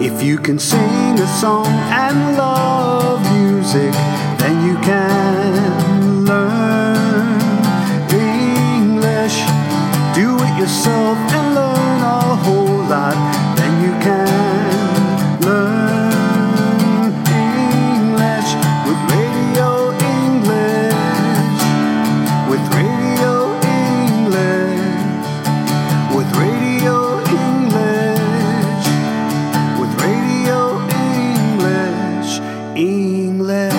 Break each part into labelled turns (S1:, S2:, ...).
S1: If you can sing a song and love music, then you can learn English. Do it yourself and learn a whole lot. Then you can learn English with Radio English. With Radio English. With Radio English with Radio English, English.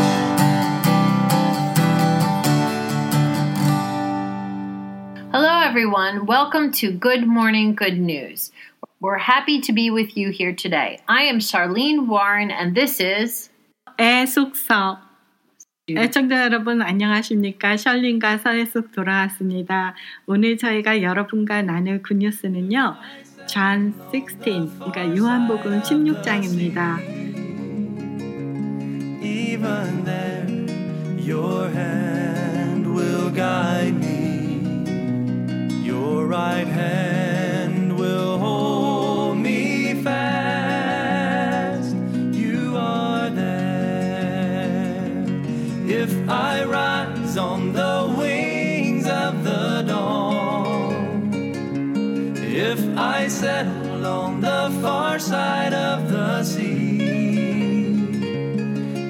S2: Hello, everyone. Welcome to Good Morning Good News. We're happy to be with you here today. I am Charlene Warren, and this is
S3: 애숙석. 애청자 여러분 안녕하십니까? 셜린과 서해숙 돌아왔습니다. 오늘 저희가 여러분과 나눌 그 굿뉴스는요. 존 16, 그러니까 요한복음 16장입니다.
S4: Even there, your hand will guide me. Your right hand will hold me fast. You are there. If I rise on the wings of the dawn, if I settle on the far side of the sea,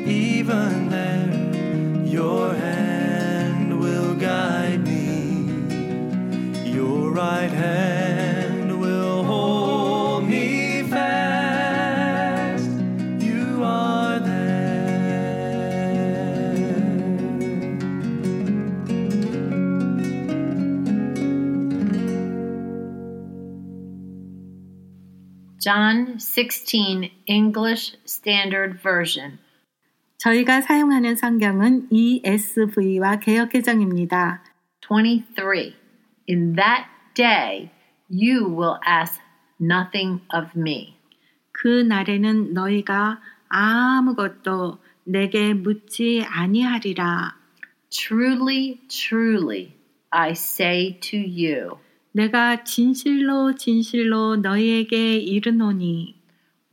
S4: even there, your hand will guide me. Your right hand will hold me fast. You are there.
S2: John 16 English Standard Version.
S3: 저희가 사용하는 성경은 E ESV와 개역개정입니다.
S2: 23. In that day, you will ask nothing of me.
S3: 그 날에는 너희가 아무것도 내게 묻지 아니하리라.
S2: Truly, truly, I say to you,
S3: 내가 진실로 진실로 너희에게 이르노니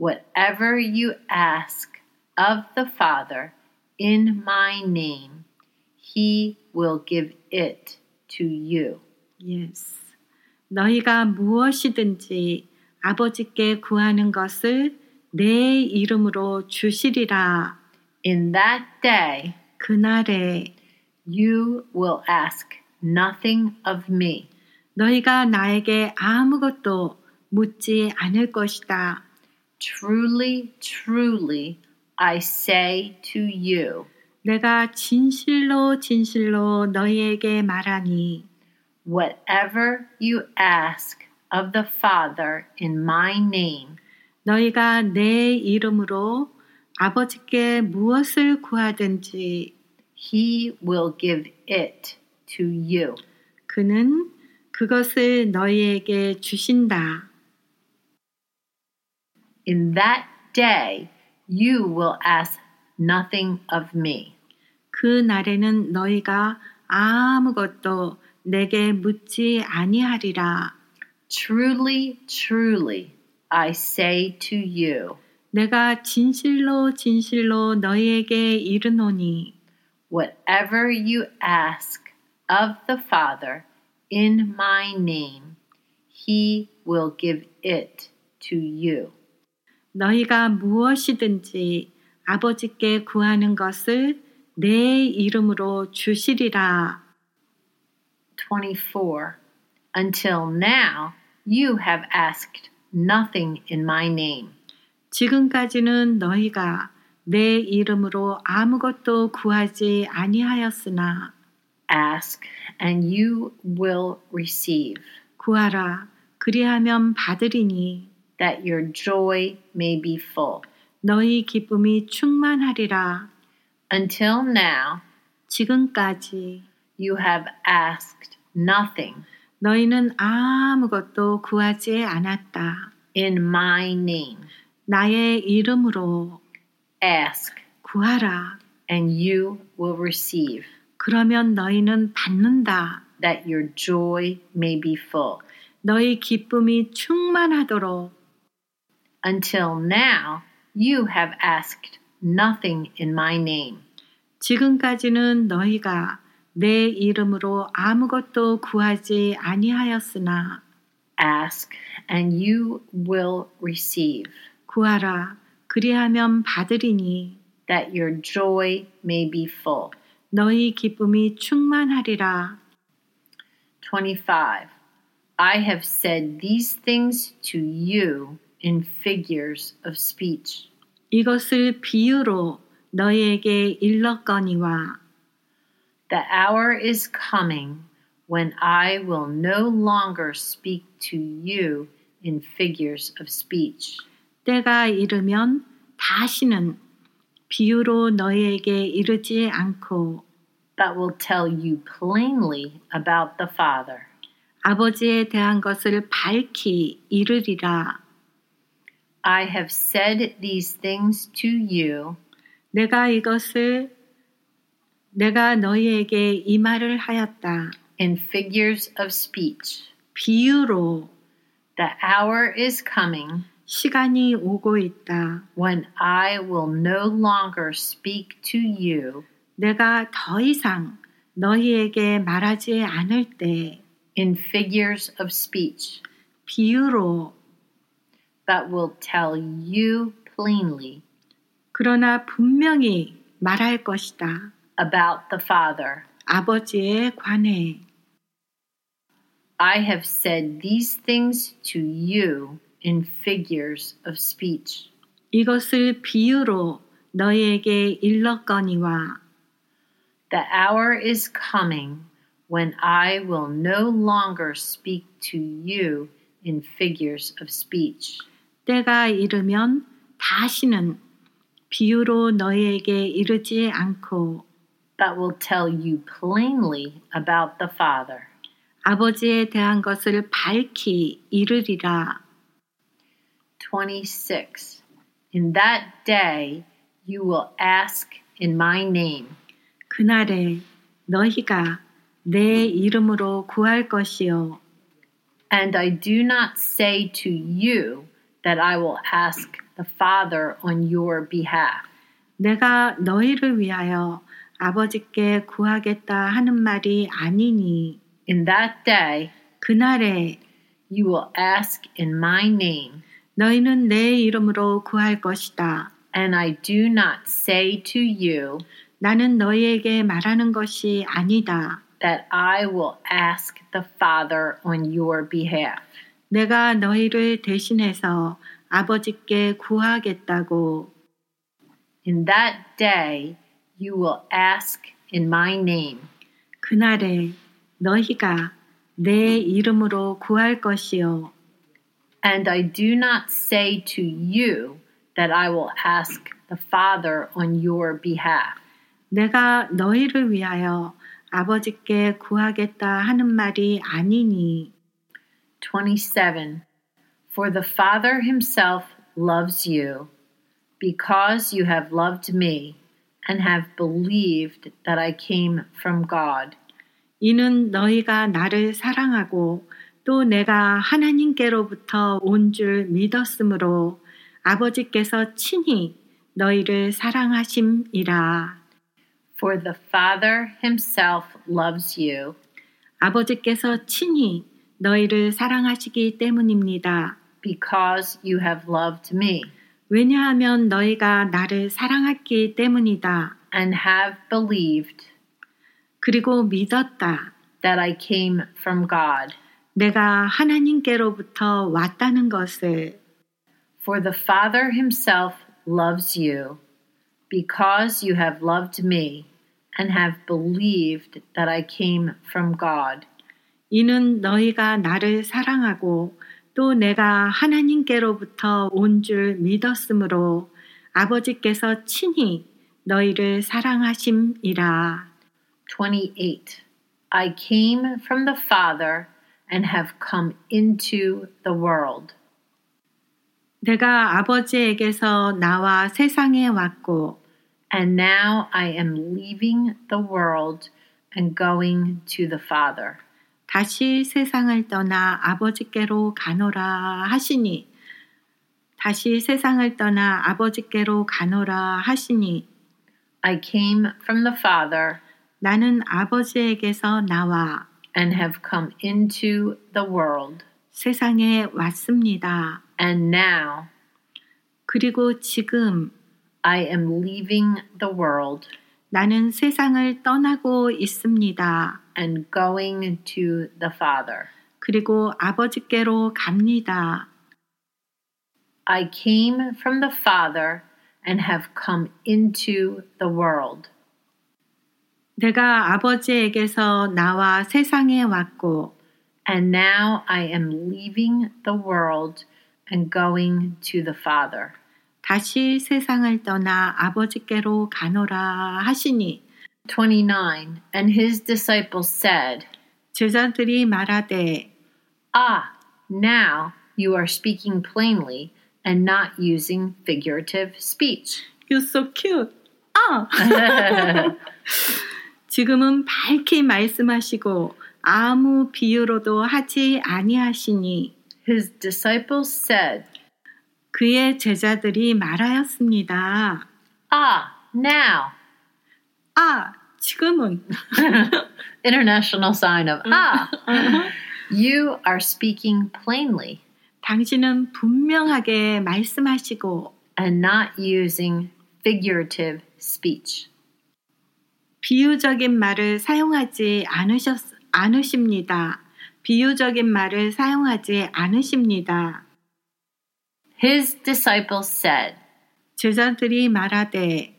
S2: whatever you ask of the Father in my name, he will give it to you.
S3: Yes. 너희가 무엇이든지 아버지께 구하는 것을 내 이름으로 주시리라.
S2: In that day,
S3: 그날에
S2: you will ask nothing of me.
S3: 너희가 나에게 아무것도 묻지 않을 것이다.
S2: Truly, truly, I say to you,
S3: 내가 진실로 진실로 너희에게 말하니
S2: whatever you ask of the Father in my name,
S3: 너희가 내 이름으로 아버지께 무엇을 구하든지
S2: he will give it to you.
S3: 그는 그것을 너희에게 주신다.
S2: In that day, you will ask nothing of me.
S3: 그 날에는 너희가 아무것도 내게 묻지 아니하리라.
S2: Truly, truly, I say to you,
S3: 내가 진실로 진실로 너희에게 이르노니
S2: whatever you ask of the Father in my name, he will give it to you.
S3: 너희가 무엇이든지 아버지께 구하는 것을 내 이름으로 주시리라.
S2: 24. Until now, you have asked nothing in my name.
S3: 지금까지는 너희가 내 이름으로 아무것도 구하지 아니하였으나
S2: Ask, and you will receive,
S3: 구하라 그리하면 받으리니
S2: that your joy may be full.
S3: 너희 기쁨이 충만하리라.
S2: Until now,
S3: 지금까지
S2: you have asked nothing
S3: 너희는 아무것도 구하지 않았다.
S2: in my name.
S3: 나의 이름으로
S2: Ask,
S3: 구하라.
S2: and you will receive,
S3: 그러면 너희는 받는다.
S2: that your joy may be full.
S3: 너희 기쁨이 충만하도록
S2: Until now, you have asked nothing in my name.
S3: 지금까지는 너희가 내 이름으로 아무것도 구하지 아니하였으나
S2: Ask, and you will receive,
S3: 구하라 그리하면 받으리니
S2: that your joy may be full.
S3: 너희 기쁨이 충만하리라
S2: 25. I have said these things to you in figures of speech.
S3: 이것을 비유로 너희에게 일렀거니와
S2: The hour is coming when I will no longer speak to you in figures of speech,
S3: 때가 이르면 다시는 비유로 너희에게 이르지 않고
S2: but will tell you plainly about the Father.
S3: 아버지에 대한 것을 밝히 이르리라
S2: I have said these things to you
S3: 내가 이것을 내가 너희에게 이 말을 하였다.
S2: in figures of speech.
S3: 비유로
S2: The hour is coming
S3: 시간이 오고 있다.
S2: when I will no longer speak to you
S3: 내가 더 이상 너희에게 말하지 않을 때
S2: in figures of speech,
S3: 비유로
S2: but will tell you plainly
S3: 그러나 분명히 말할 것이다.
S2: about the Father.
S3: 아버지에 관해
S2: I have said these things to you in figures of speech.
S3: 이것을 비유로 너희에게 일렀거니와
S2: The hour is coming when I will no longer speak to you in figures of speech,
S3: 때가 이르면 다시는 비유로 너희에게 이르지 않고
S2: but will tell you plainly about the Father.
S3: 아버지에 대한 것을 밝히 이르리라.
S2: 26. In that day you will ask in my name.
S3: 그날에 너희가 내 이름으로 구할 것이요.
S2: And I do not say to you that I will ask the Father on your behalf.
S3: 내가 너희를 위하여 아버지께 구하겠다 하는 말이 아니니
S2: In that day
S3: 그날에
S2: you will ask in my name.
S3: 너희는 내 이름으로 구할 것이다.
S2: And I do not say to you
S3: 나는 너희에게 말하는 것이 아니다.
S2: that I will ask the Father on your behalf.
S3: 내가 너희를 대신해서 아버지께 구하겠다고
S2: In that day you will ask in my name.
S3: 그날에 너희가 내 이름으로 구할 것이요.
S2: And I do not say to you that I will ask the Father on your behalf.
S3: 내가 너희를 위하여 아버지께 구하겠다 하는 말이 아니니
S2: 27. For the Father himself loves you, because you have loved me and have believed that I came from God.
S3: 이는 너희가 나를 사랑하고 또 내가 하나님께로부터 온 줄 믿었으므로 아버지께서 친히 너희를 사랑하심이라
S2: For the Father himself loves you,
S3: 아버지께서 친히 너희를 사랑하시기 때문입니다.
S2: because you have loved me
S3: 왜냐하면 너희가 나를 사랑했기 때문이다.
S2: and have believed
S3: 그리고 믿었다.
S2: that I came from God.
S3: 내가 하나님께로부터 왔다는 것을
S2: For the Father himself loves you, because you have loved me and have believed that I came from God.
S3: 이는 너희가 나를 사랑하고 또 내가 하나님께로부터 온 줄 믿었으므로 아버지께서 친히 너희를 사랑하심이라
S2: 28. I came from the Father and have come into the world.
S3: 내가 아버지에게서 나와 세상에 왔고
S2: And now I am leaving the world and going to the Father.
S3: 다시 세상을 떠나 아버지께로 가노라 하시니 다시 세상을 떠나 아버지께로 가노라 하시니
S2: I came from the Father
S3: 나는 아버지에게서 나와
S2: and have come into the world.
S3: 세상에 왔습니다.
S2: And now
S3: 그리고 지금
S2: I am leaving the world
S3: 나는 세상을 떠나고 있습니다.
S2: and going to the Father.
S3: 그리고 아버지께로 갑니다.
S2: I came from the Father and have come into the world.
S3: 내가 아버지에게서 나와 세상에 왔고
S2: And now I am leaving the world and going to the Father.
S3: 다시 세상을 떠나 아버지께로 가노라 하시니
S2: 29. And his disciples said,
S3: 제자들이 말하되
S2: Ah, now you are speaking plainly and not using figurative speech.
S3: You're so cute. 아! 지금은 밝히 말씀하시고 아무 비유로도 하지 아니하시니
S2: His disciples said,
S3: 그의 제자들이 말하였습니다.
S2: Ah, now.
S3: 아, 지금은
S2: International sign of Ah. you are speaking plainly
S3: 당신은 분명하게 말씀하시고
S2: and not using figurative speech.
S3: 비유적인 말을 사용하지 않으셨, 않으십니다. 비유적인 말을 사용하지 않으십니다.
S2: His disciples said,
S3: 제자들이 말하되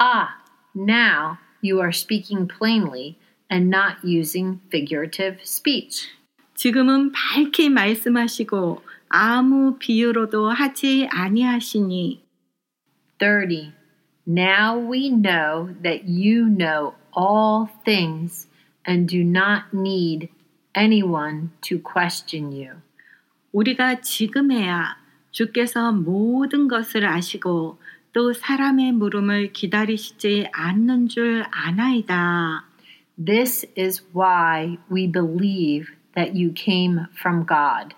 S2: Ah, now you are speaking plainly and not using figurative speech.
S3: 지금은 밝히 말씀하시고 아무 비유로도 하지 아니하시니
S2: 30. Now we know that you know all things and do not need anyone to question you.
S3: 우리가 지금에야 주께서 모든 것을 아시고 또 사람의 물음을 기다리시지 않는 줄 아나이다.
S2: This is why we believe that you came from God.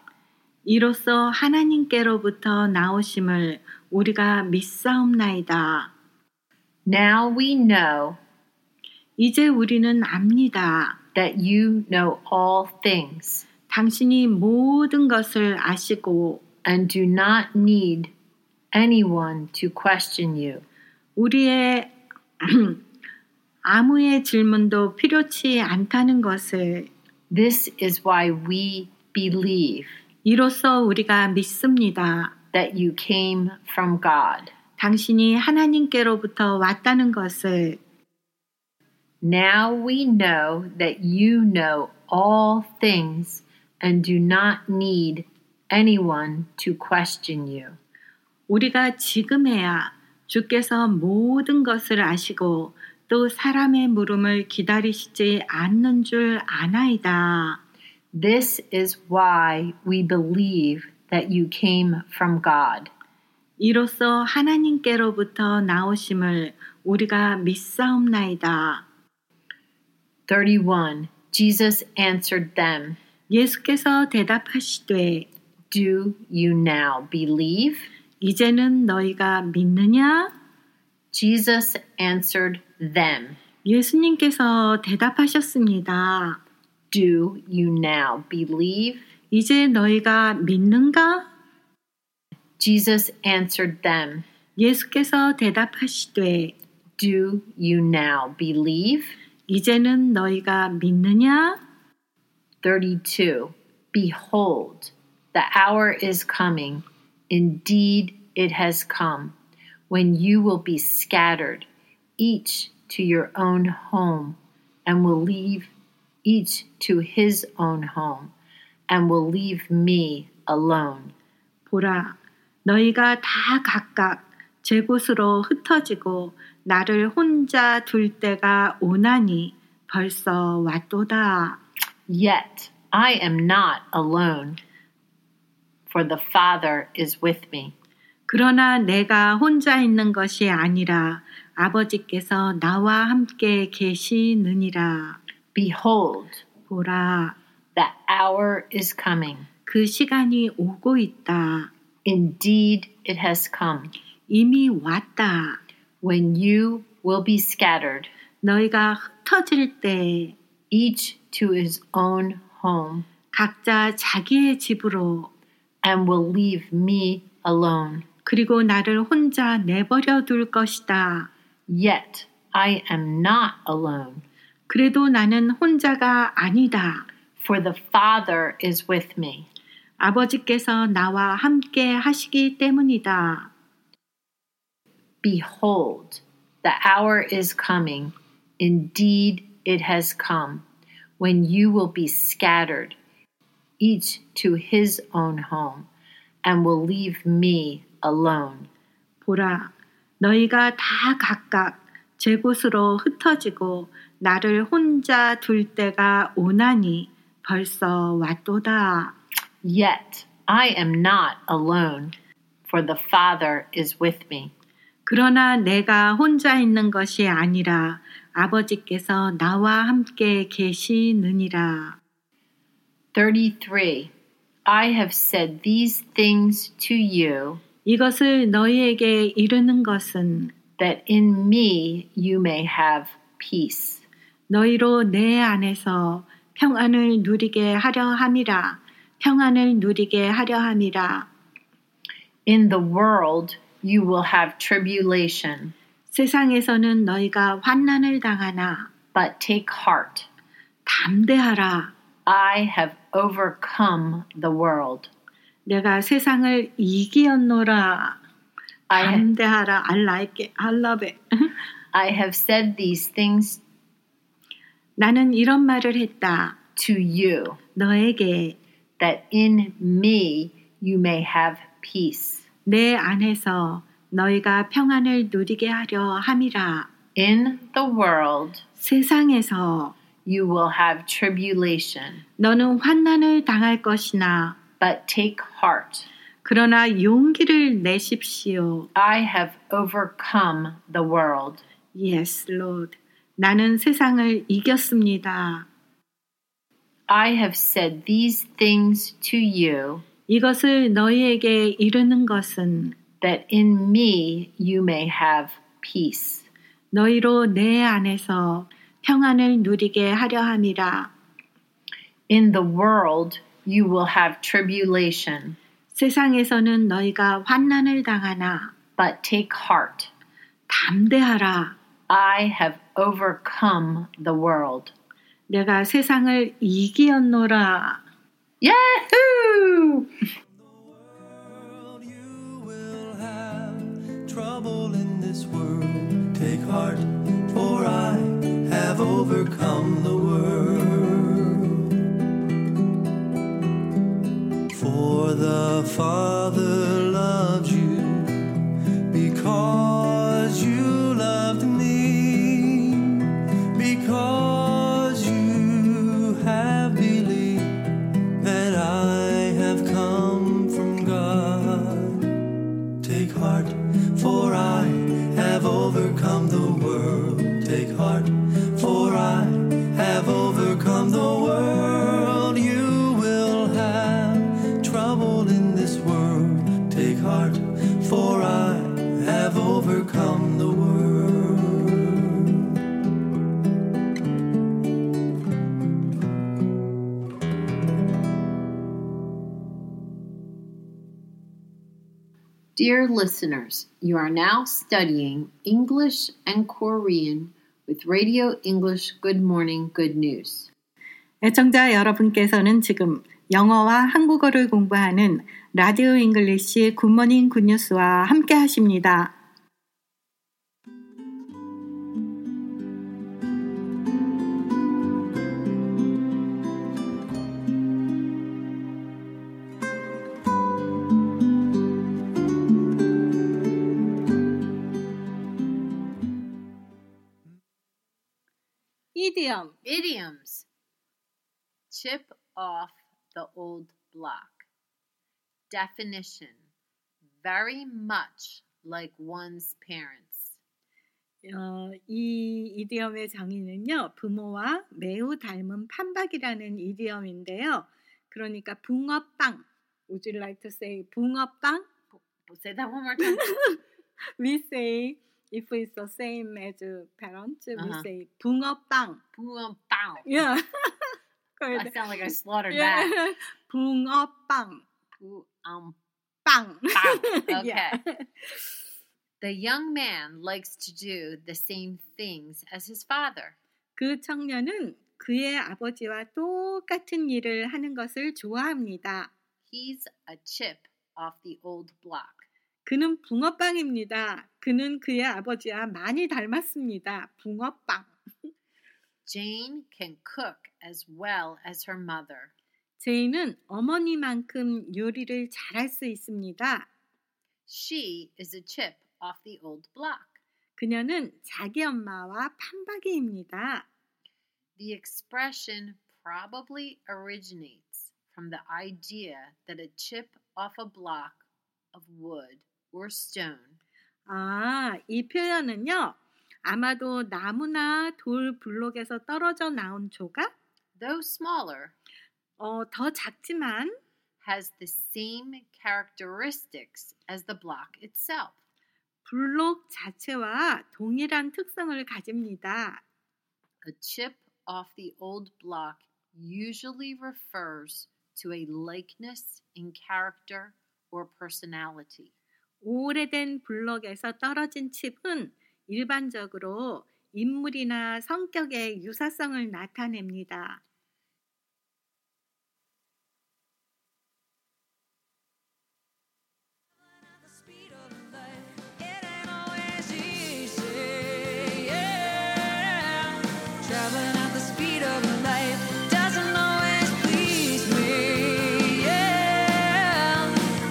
S3: 이로써 하나님께로부터 나오심을 우리가 믿사옵나이다.
S2: Now we know
S3: 이제 우리는 압니다.
S2: that you know all things
S3: 당신이 모든 것을 아시고
S2: and do not need anyone to question you.
S3: 우리의 아무의 질문도 필요치 않다는 것을
S2: This is why we believe
S3: 이로써 우리가 믿습니다.
S2: that you came from God.
S3: 당신이 하나님께로부터 왔다는 것을
S2: Now we know that you know all things and do not need anyone to question you.
S3: 우리가 지금에야 주께서 모든 것을 아시고 또 사람의 물음을 기다리시지 않는 줄 아나이다.
S2: This is why we believe that you came from God.
S3: 이로써 하나님께로부터 나오심을 우리가 믿사옵나이다.
S2: 31. Jesus answered them,
S3: 예수께서 대답하시되
S2: Do you now believe?
S3: 이제는 너희가 믿느냐?
S2: Jesus answered them,
S3: 예수님께서 대답하셨습니다.
S2: Do you now believe?
S3: 이제 너희가 믿는가?
S2: Jesus answered them,
S3: 예수께서 대답하시되
S2: Do you now believe?
S3: 이제는 너희가 믿느냐?
S2: 32. Behold, the hour is coming. Indeed, it has come, when you will be scattered, each to your own home, and will leave each to his own home, and will leave me alone.
S3: 보라, 너희가 다 각각 제 곳으로 흩어지고 나를 혼자 둘 때가 오나니 벌써 왔도다.
S2: Yet I am not alone, for the Father is with me.
S3: 그러나 내가 혼자 있는 것이 아니라 아버지께서 나와 함께 계시느니라.
S2: Behold,
S3: 보라,
S2: the hour is coming.
S3: 그 시간이 오고 있다.
S2: Indeed, it has come.
S3: 이미 왔다.
S2: When you will be scattered,
S3: 너희가 흩어질 때
S2: each to his own home,
S3: 각자 자기의 집으로
S2: and will leave me alone.
S3: 그리고 나를 혼자 내버려 둘 것이다.
S2: Yet I am not alone,
S3: 그래도 나는 혼자가 아니다.
S2: for the Father is with me.
S3: 아버지께서 나와 함께 하시기 때문이다.
S2: Behold, the hour is coming. Indeed, it has come, when you will be scattered, each to his own home, and will leave me alone.
S3: 보라, 너희가 다 각각 제 곳으로 흩어지고 나를 혼자 둘 때가 오나니 벌써 왔도다.
S2: Yet I am not alone, for the Father is with me.
S3: 그러나 내가 혼자 있는 것이 아니라 아버지께서 나와 함께 계시느니라.
S2: 33. I have said these things to you,
S3: 이것을 너희에게 이르는 것은
S2: that in me you may have peace.
S3: 너희로 내 안에서 평안을 누리게 하려 함이라. 평안을 누리게 하려 함이라.
S2: In the world you will have tribulation,
S3: 세상에서는 너희가 환난을 당하나
S2: but take heart.
S3: 담대하라.
S2: I have overcome the world.
S3: 내가 세상을 이기었노라.
S2: I, ha-
S3: 담대하라. 알라에게 알라베.
S2: I have said these things
S3: 나는 이런 말을 했다.
S2: to you,
S3: 너에게
S2: that in me you may have peace.
S3: 내 안에서 너희가 평안을 누리게 하려 함이라.
S2: In the world
S3: 세상에서
S2: you will have tribulation,
S3: 너는 환난을 당할 것이나
S2: but take heart.
S3: 그러나 용기를 내십시오.
S2: I have overcome the world.
S3: Yes, Lord. 나는 세상을 이겼습니다.
S2: I have said these things to you,
S3: 이것을 너희에게 이르는 것은
S2: that in me you may have peace.
S3: 너희로 내 안에서 평안을 누리게 하려 함이라.
S2: In the world you will have tribulation,
S3: 세상에서는 너희가 환난을 당하나
S2: but take heart.
S3: 담대하라.
S2: I have overcome the world.
S3: 내가 세상을 이기었노라.
S2: Yahoo!
S4: world, you will have trouble in this world. Take heart, for I have overcome the world. For the Father loves you because you loved me, because you have believed that I have come from God. Take heart, for I have overcome the world. Take heart, for I have overcome the world. You will have trouble in this world. Take heart, for I have overcome the world.
S2: Dear listeners, you are now studying English and Korean with Radio English Good Morning Good News.
S3: 애청자 여러분께서는 지금 영어와 한국어를 공부하는 라디오 잉글리시 굿모닝 굿뉴스와 함께 하십니다. 이디엄
S2: Idioms Chip off the old block. Definition Very much like one's parents.
S3: 어, 이 이디엄의 정의는요, 부모와 매우 닮은 판박이라는 이디엄인데요. 그러니까 붕어빵, would you like to say 붕어빵?
S2: Say that one more time.
S3: We say if it's the same as parents,
S2: Uh-huh.
S3: we say 붕어빵.
S2: Boom, bow.
S3: Yeah.
S2: I
S3: Good.
S2: sound like I slaughtered that.
S3: Yeah. 붕어빵.
S2: Boom, um,
S3: 빵.
S2: bow. Okay.
S3: Yeah.
S2: The young man likes to do the same things as his father.
S3: 그 청년은 그의 아버지와 똑같은 일을 하는 것을 좋아합니다.
S2: He's a chip off the old block.
S3: 그는 붕어빵입니다. 그는 그의 아버지와 많이 닮았습니다. 붕어빵.
S2: Jane can cook as well as her mother.
S3: 제인은 어머니만큼 요리를 잘할 수 있습니다.
S2: She is a chip off the old block.
S3: 그녀는 자기 엄마와 판박이입니다.
S2: The expression probably originates from the idea that a chip off a block of wood or stone
S3: 아, 이 표현은요. 아마도 나무나 돌 블록에서 떨어져 나온 조각,
S2: though smaller,
S3: 어, 더 작지만
S2: has the same characteristics as the block itself.
S3: 블록 자체와 동일한 특성을 가집니다.
S2: A chip off the old block usually refers to a likeness in character or personality.
S3: 오래된 블록에서 떨어진 칩은 일반적으로 인물이나 성격의 유사성을 나타냅니다.
S5: the speed of light. It ain't always easy, yeah. Traveling at the speed of light doesn't always please me, yeah.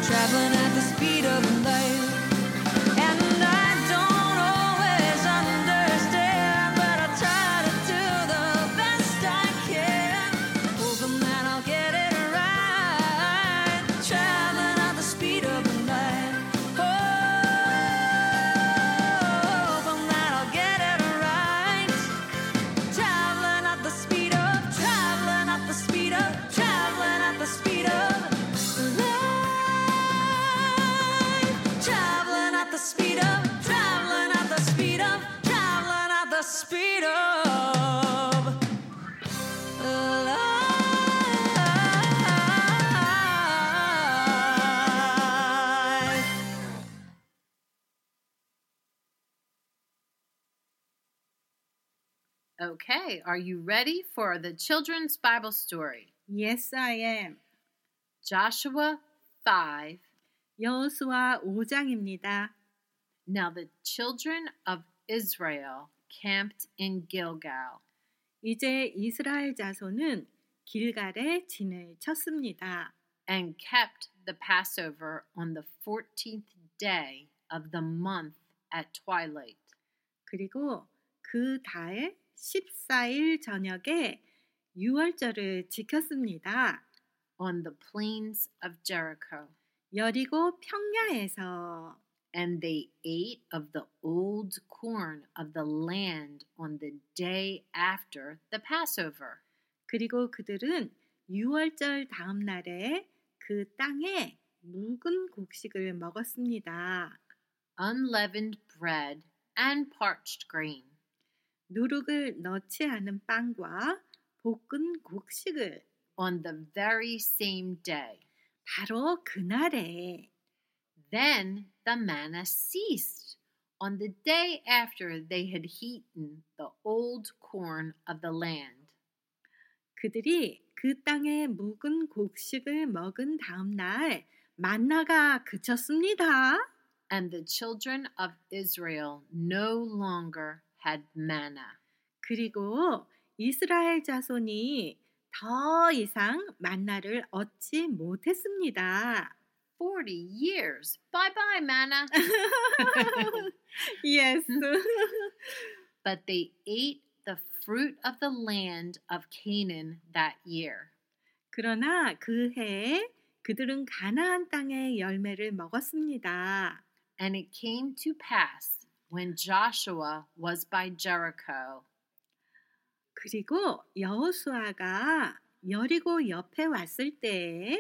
S5: Traveling at the speed of light. And I don't always understand, but I try to do the best I can. Hoping that I'll get it right. Traveling at the speed of light. Hoping that Oh, I'll get it right. Traveling at the speed of, traveling at the speed of, traveling at the speed of light. Traveling at the speed of, traveling at the speed of, traveling at the speed of light.
S2: Okay, are you ready for the children's Bible story?
S3: Yes, I am.
S2: Joshua 5.
S3: 여호수아 5장입니다.
S2: Now the children of Israel camped in Gilgal.
S3: 이제 이스라엘 자손은 길갈에 진을 쳤습니다.
S2: and kept the Passover on the 14th day of the month at twilight.
S3: 그리고 그 달의 14일 저녁에 유월절을 지켰습니다.
S2: On the plains of Jericho,
S3: 여리고 평야에서
S2: and they ate of the old corn of the land on the day after the Passover.
S3: 그리고 그들은 유월절 다음 날에 그 땅에 묵은 곡식을 먹었습니다.
S2: Unleavened bread and parched grain,
S3: 누룩을 넣지 않은 빵과 볶은 곡식을
S2: on the very same day.
S3: 바로 그날에
S2: Then the manna ceased on the day after they had eaten the old corn of the land.
S3: 그들이 그 땅에 묵은 곡식을 먹은 다음 날 만나가 그쳤습니다.
S2: And the children of Israel no longer had manna,
S3: 그리고 이스라엘 자손이 더 이상 만나를 얻지 못했습니다.
S2: 40 years. Bye bye, manna.
S3: Yes.
S2: but they ate the fruit of the land of Canaan that year.
S3: 그러나 그 해에 그들은 가나안 땅의 열매를 먹었습니다.
S2: And it came to pass when Joshua was by Jericho
S3: 그리고 여호수아가 여리고 옆에 왔을 때에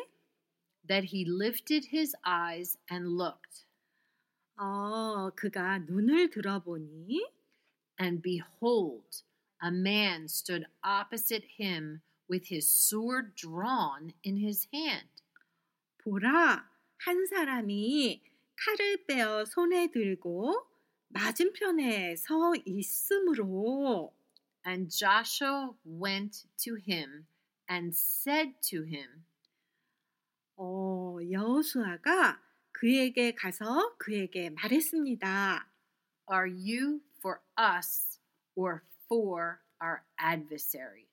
S2: that he lifted his eyes and looked,
S3: 어, 그가 눈을 들어보니
S2: And behold, a man stood opposite him with his sword drawn in his hand.
S3: 보라 한 사람이 칼을 빼어 손에 들고 맞은편에 서 있으므로
S2: And Joshua went to him and said to him,
S3: 어, 여호수아가 그에게 가서 그에게 말했습니다.
S2: Are you for us or for our adversaries?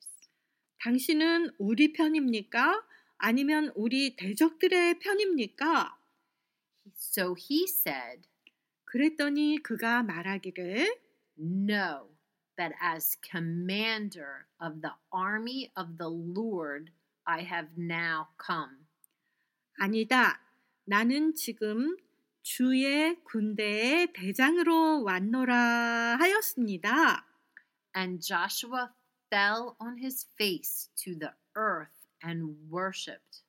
S3: 당신은 우리 편입니까? 아니면 우리 대적들의 편입니까?
S2: So he said,
S3: 그랬더니 그가 말하기를
S2: No, but as commander of the army of the Lord, I have now come.
S3: 아니다. 나는 지금 주의 군대의 대장으로 왔노라 하였습니다.
S2: And Joshua fell on his face to the earth and worshipped.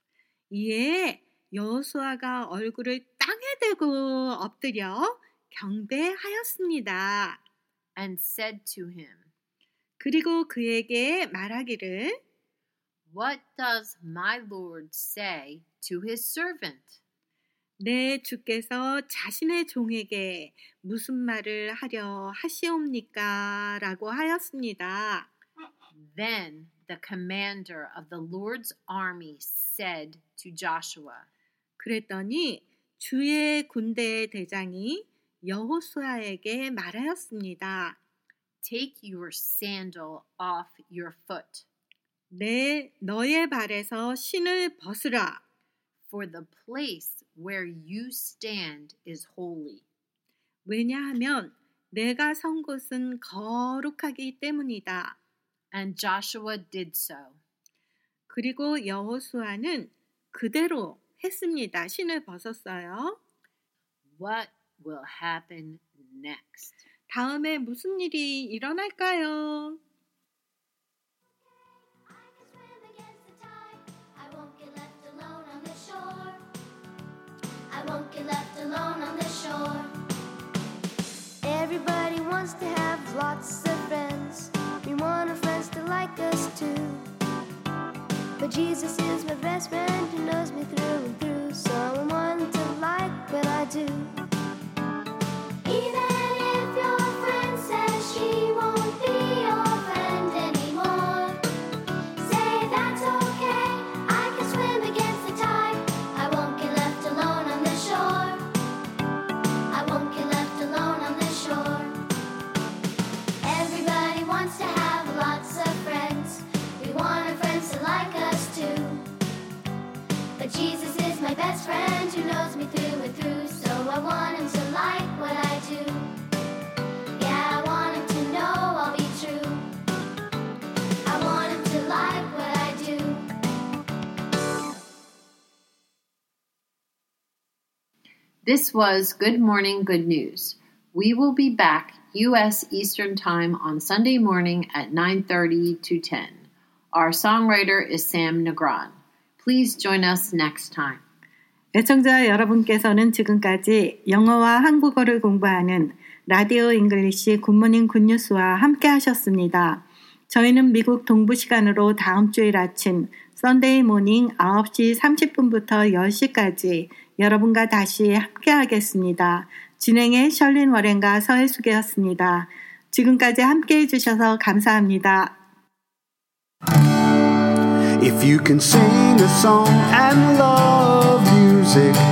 S3: 이에 여호수아가 얼굴을 땅에 대고 엎드려 경배하였습니다.
S2: and said to him,
S3: 그리고 그에게 말하기를
S2: What does my Lord say to his servant?
S3: 내 주께서 자신의 종에게 무슨 말을 하려 하시옵니까? 라고 하였습니다.
S2: Then the commander of the Lord's army said to Joshua,
S3: 그랬더니 주의 군대의 대장이 여호수아에게 말하였습니다.
S2: Take your sandal off your foot,
S3: 내 너의 발에서 신을 벗으라.
S2: for the place where you stand is holy.
S3: 왜냐하면 내가 선 곳은 거룩하기 때문이다.
S2: And Joshua did so.
S3: 그리고 여호수아는 그대로 했습니다. 신을 벗었어요.
S2: What will happen next?
S3: 다음에 무슨 일이 일어날까요?
S6: I can swim against the tide. I won't get left alone on the shore. I won't get left alone on the shore. Everybody wants to have lots of friends. We want our friends to like us too. But Jesus is my best friend who knows me through and through. So I want to like what I do. Even if your friend says she won't be your friend anymore, say that's okay. I can swim against the tide. I won't get left alone on the shore. I won't get left alone on the shore. Everybody wants to have lots of friends. We want our friends to like us too. But Jesus is my best friend who knows me through and through. So I want him to like what I do. Yeah, I want him to know I'll be true. I want him to like what I do.
S2: This was Good Morning Good News. We will be back US Eastern Time on Sunday morning at 9:30 to 10. Our songwriter is Sam Negron. Please join us next time.
S3: 애청자 여러분께서는 지금까지 영어와 한국어를 공부하는 라디오 잉글리시 굿모닝 굿뉴스와 함께 하셨습니다. 저희는 미국 동부 시간으로 다음 주일 아침 썬데이 모닝 9시 30분부터 10시까지 여러분과 다시 함께 하겠습니다. 진행의 셜린 워렌과 서혜숙이었습니다. 지금까지 함께 해주셔서 감사합니다.
S1: If you can sing a song and love music,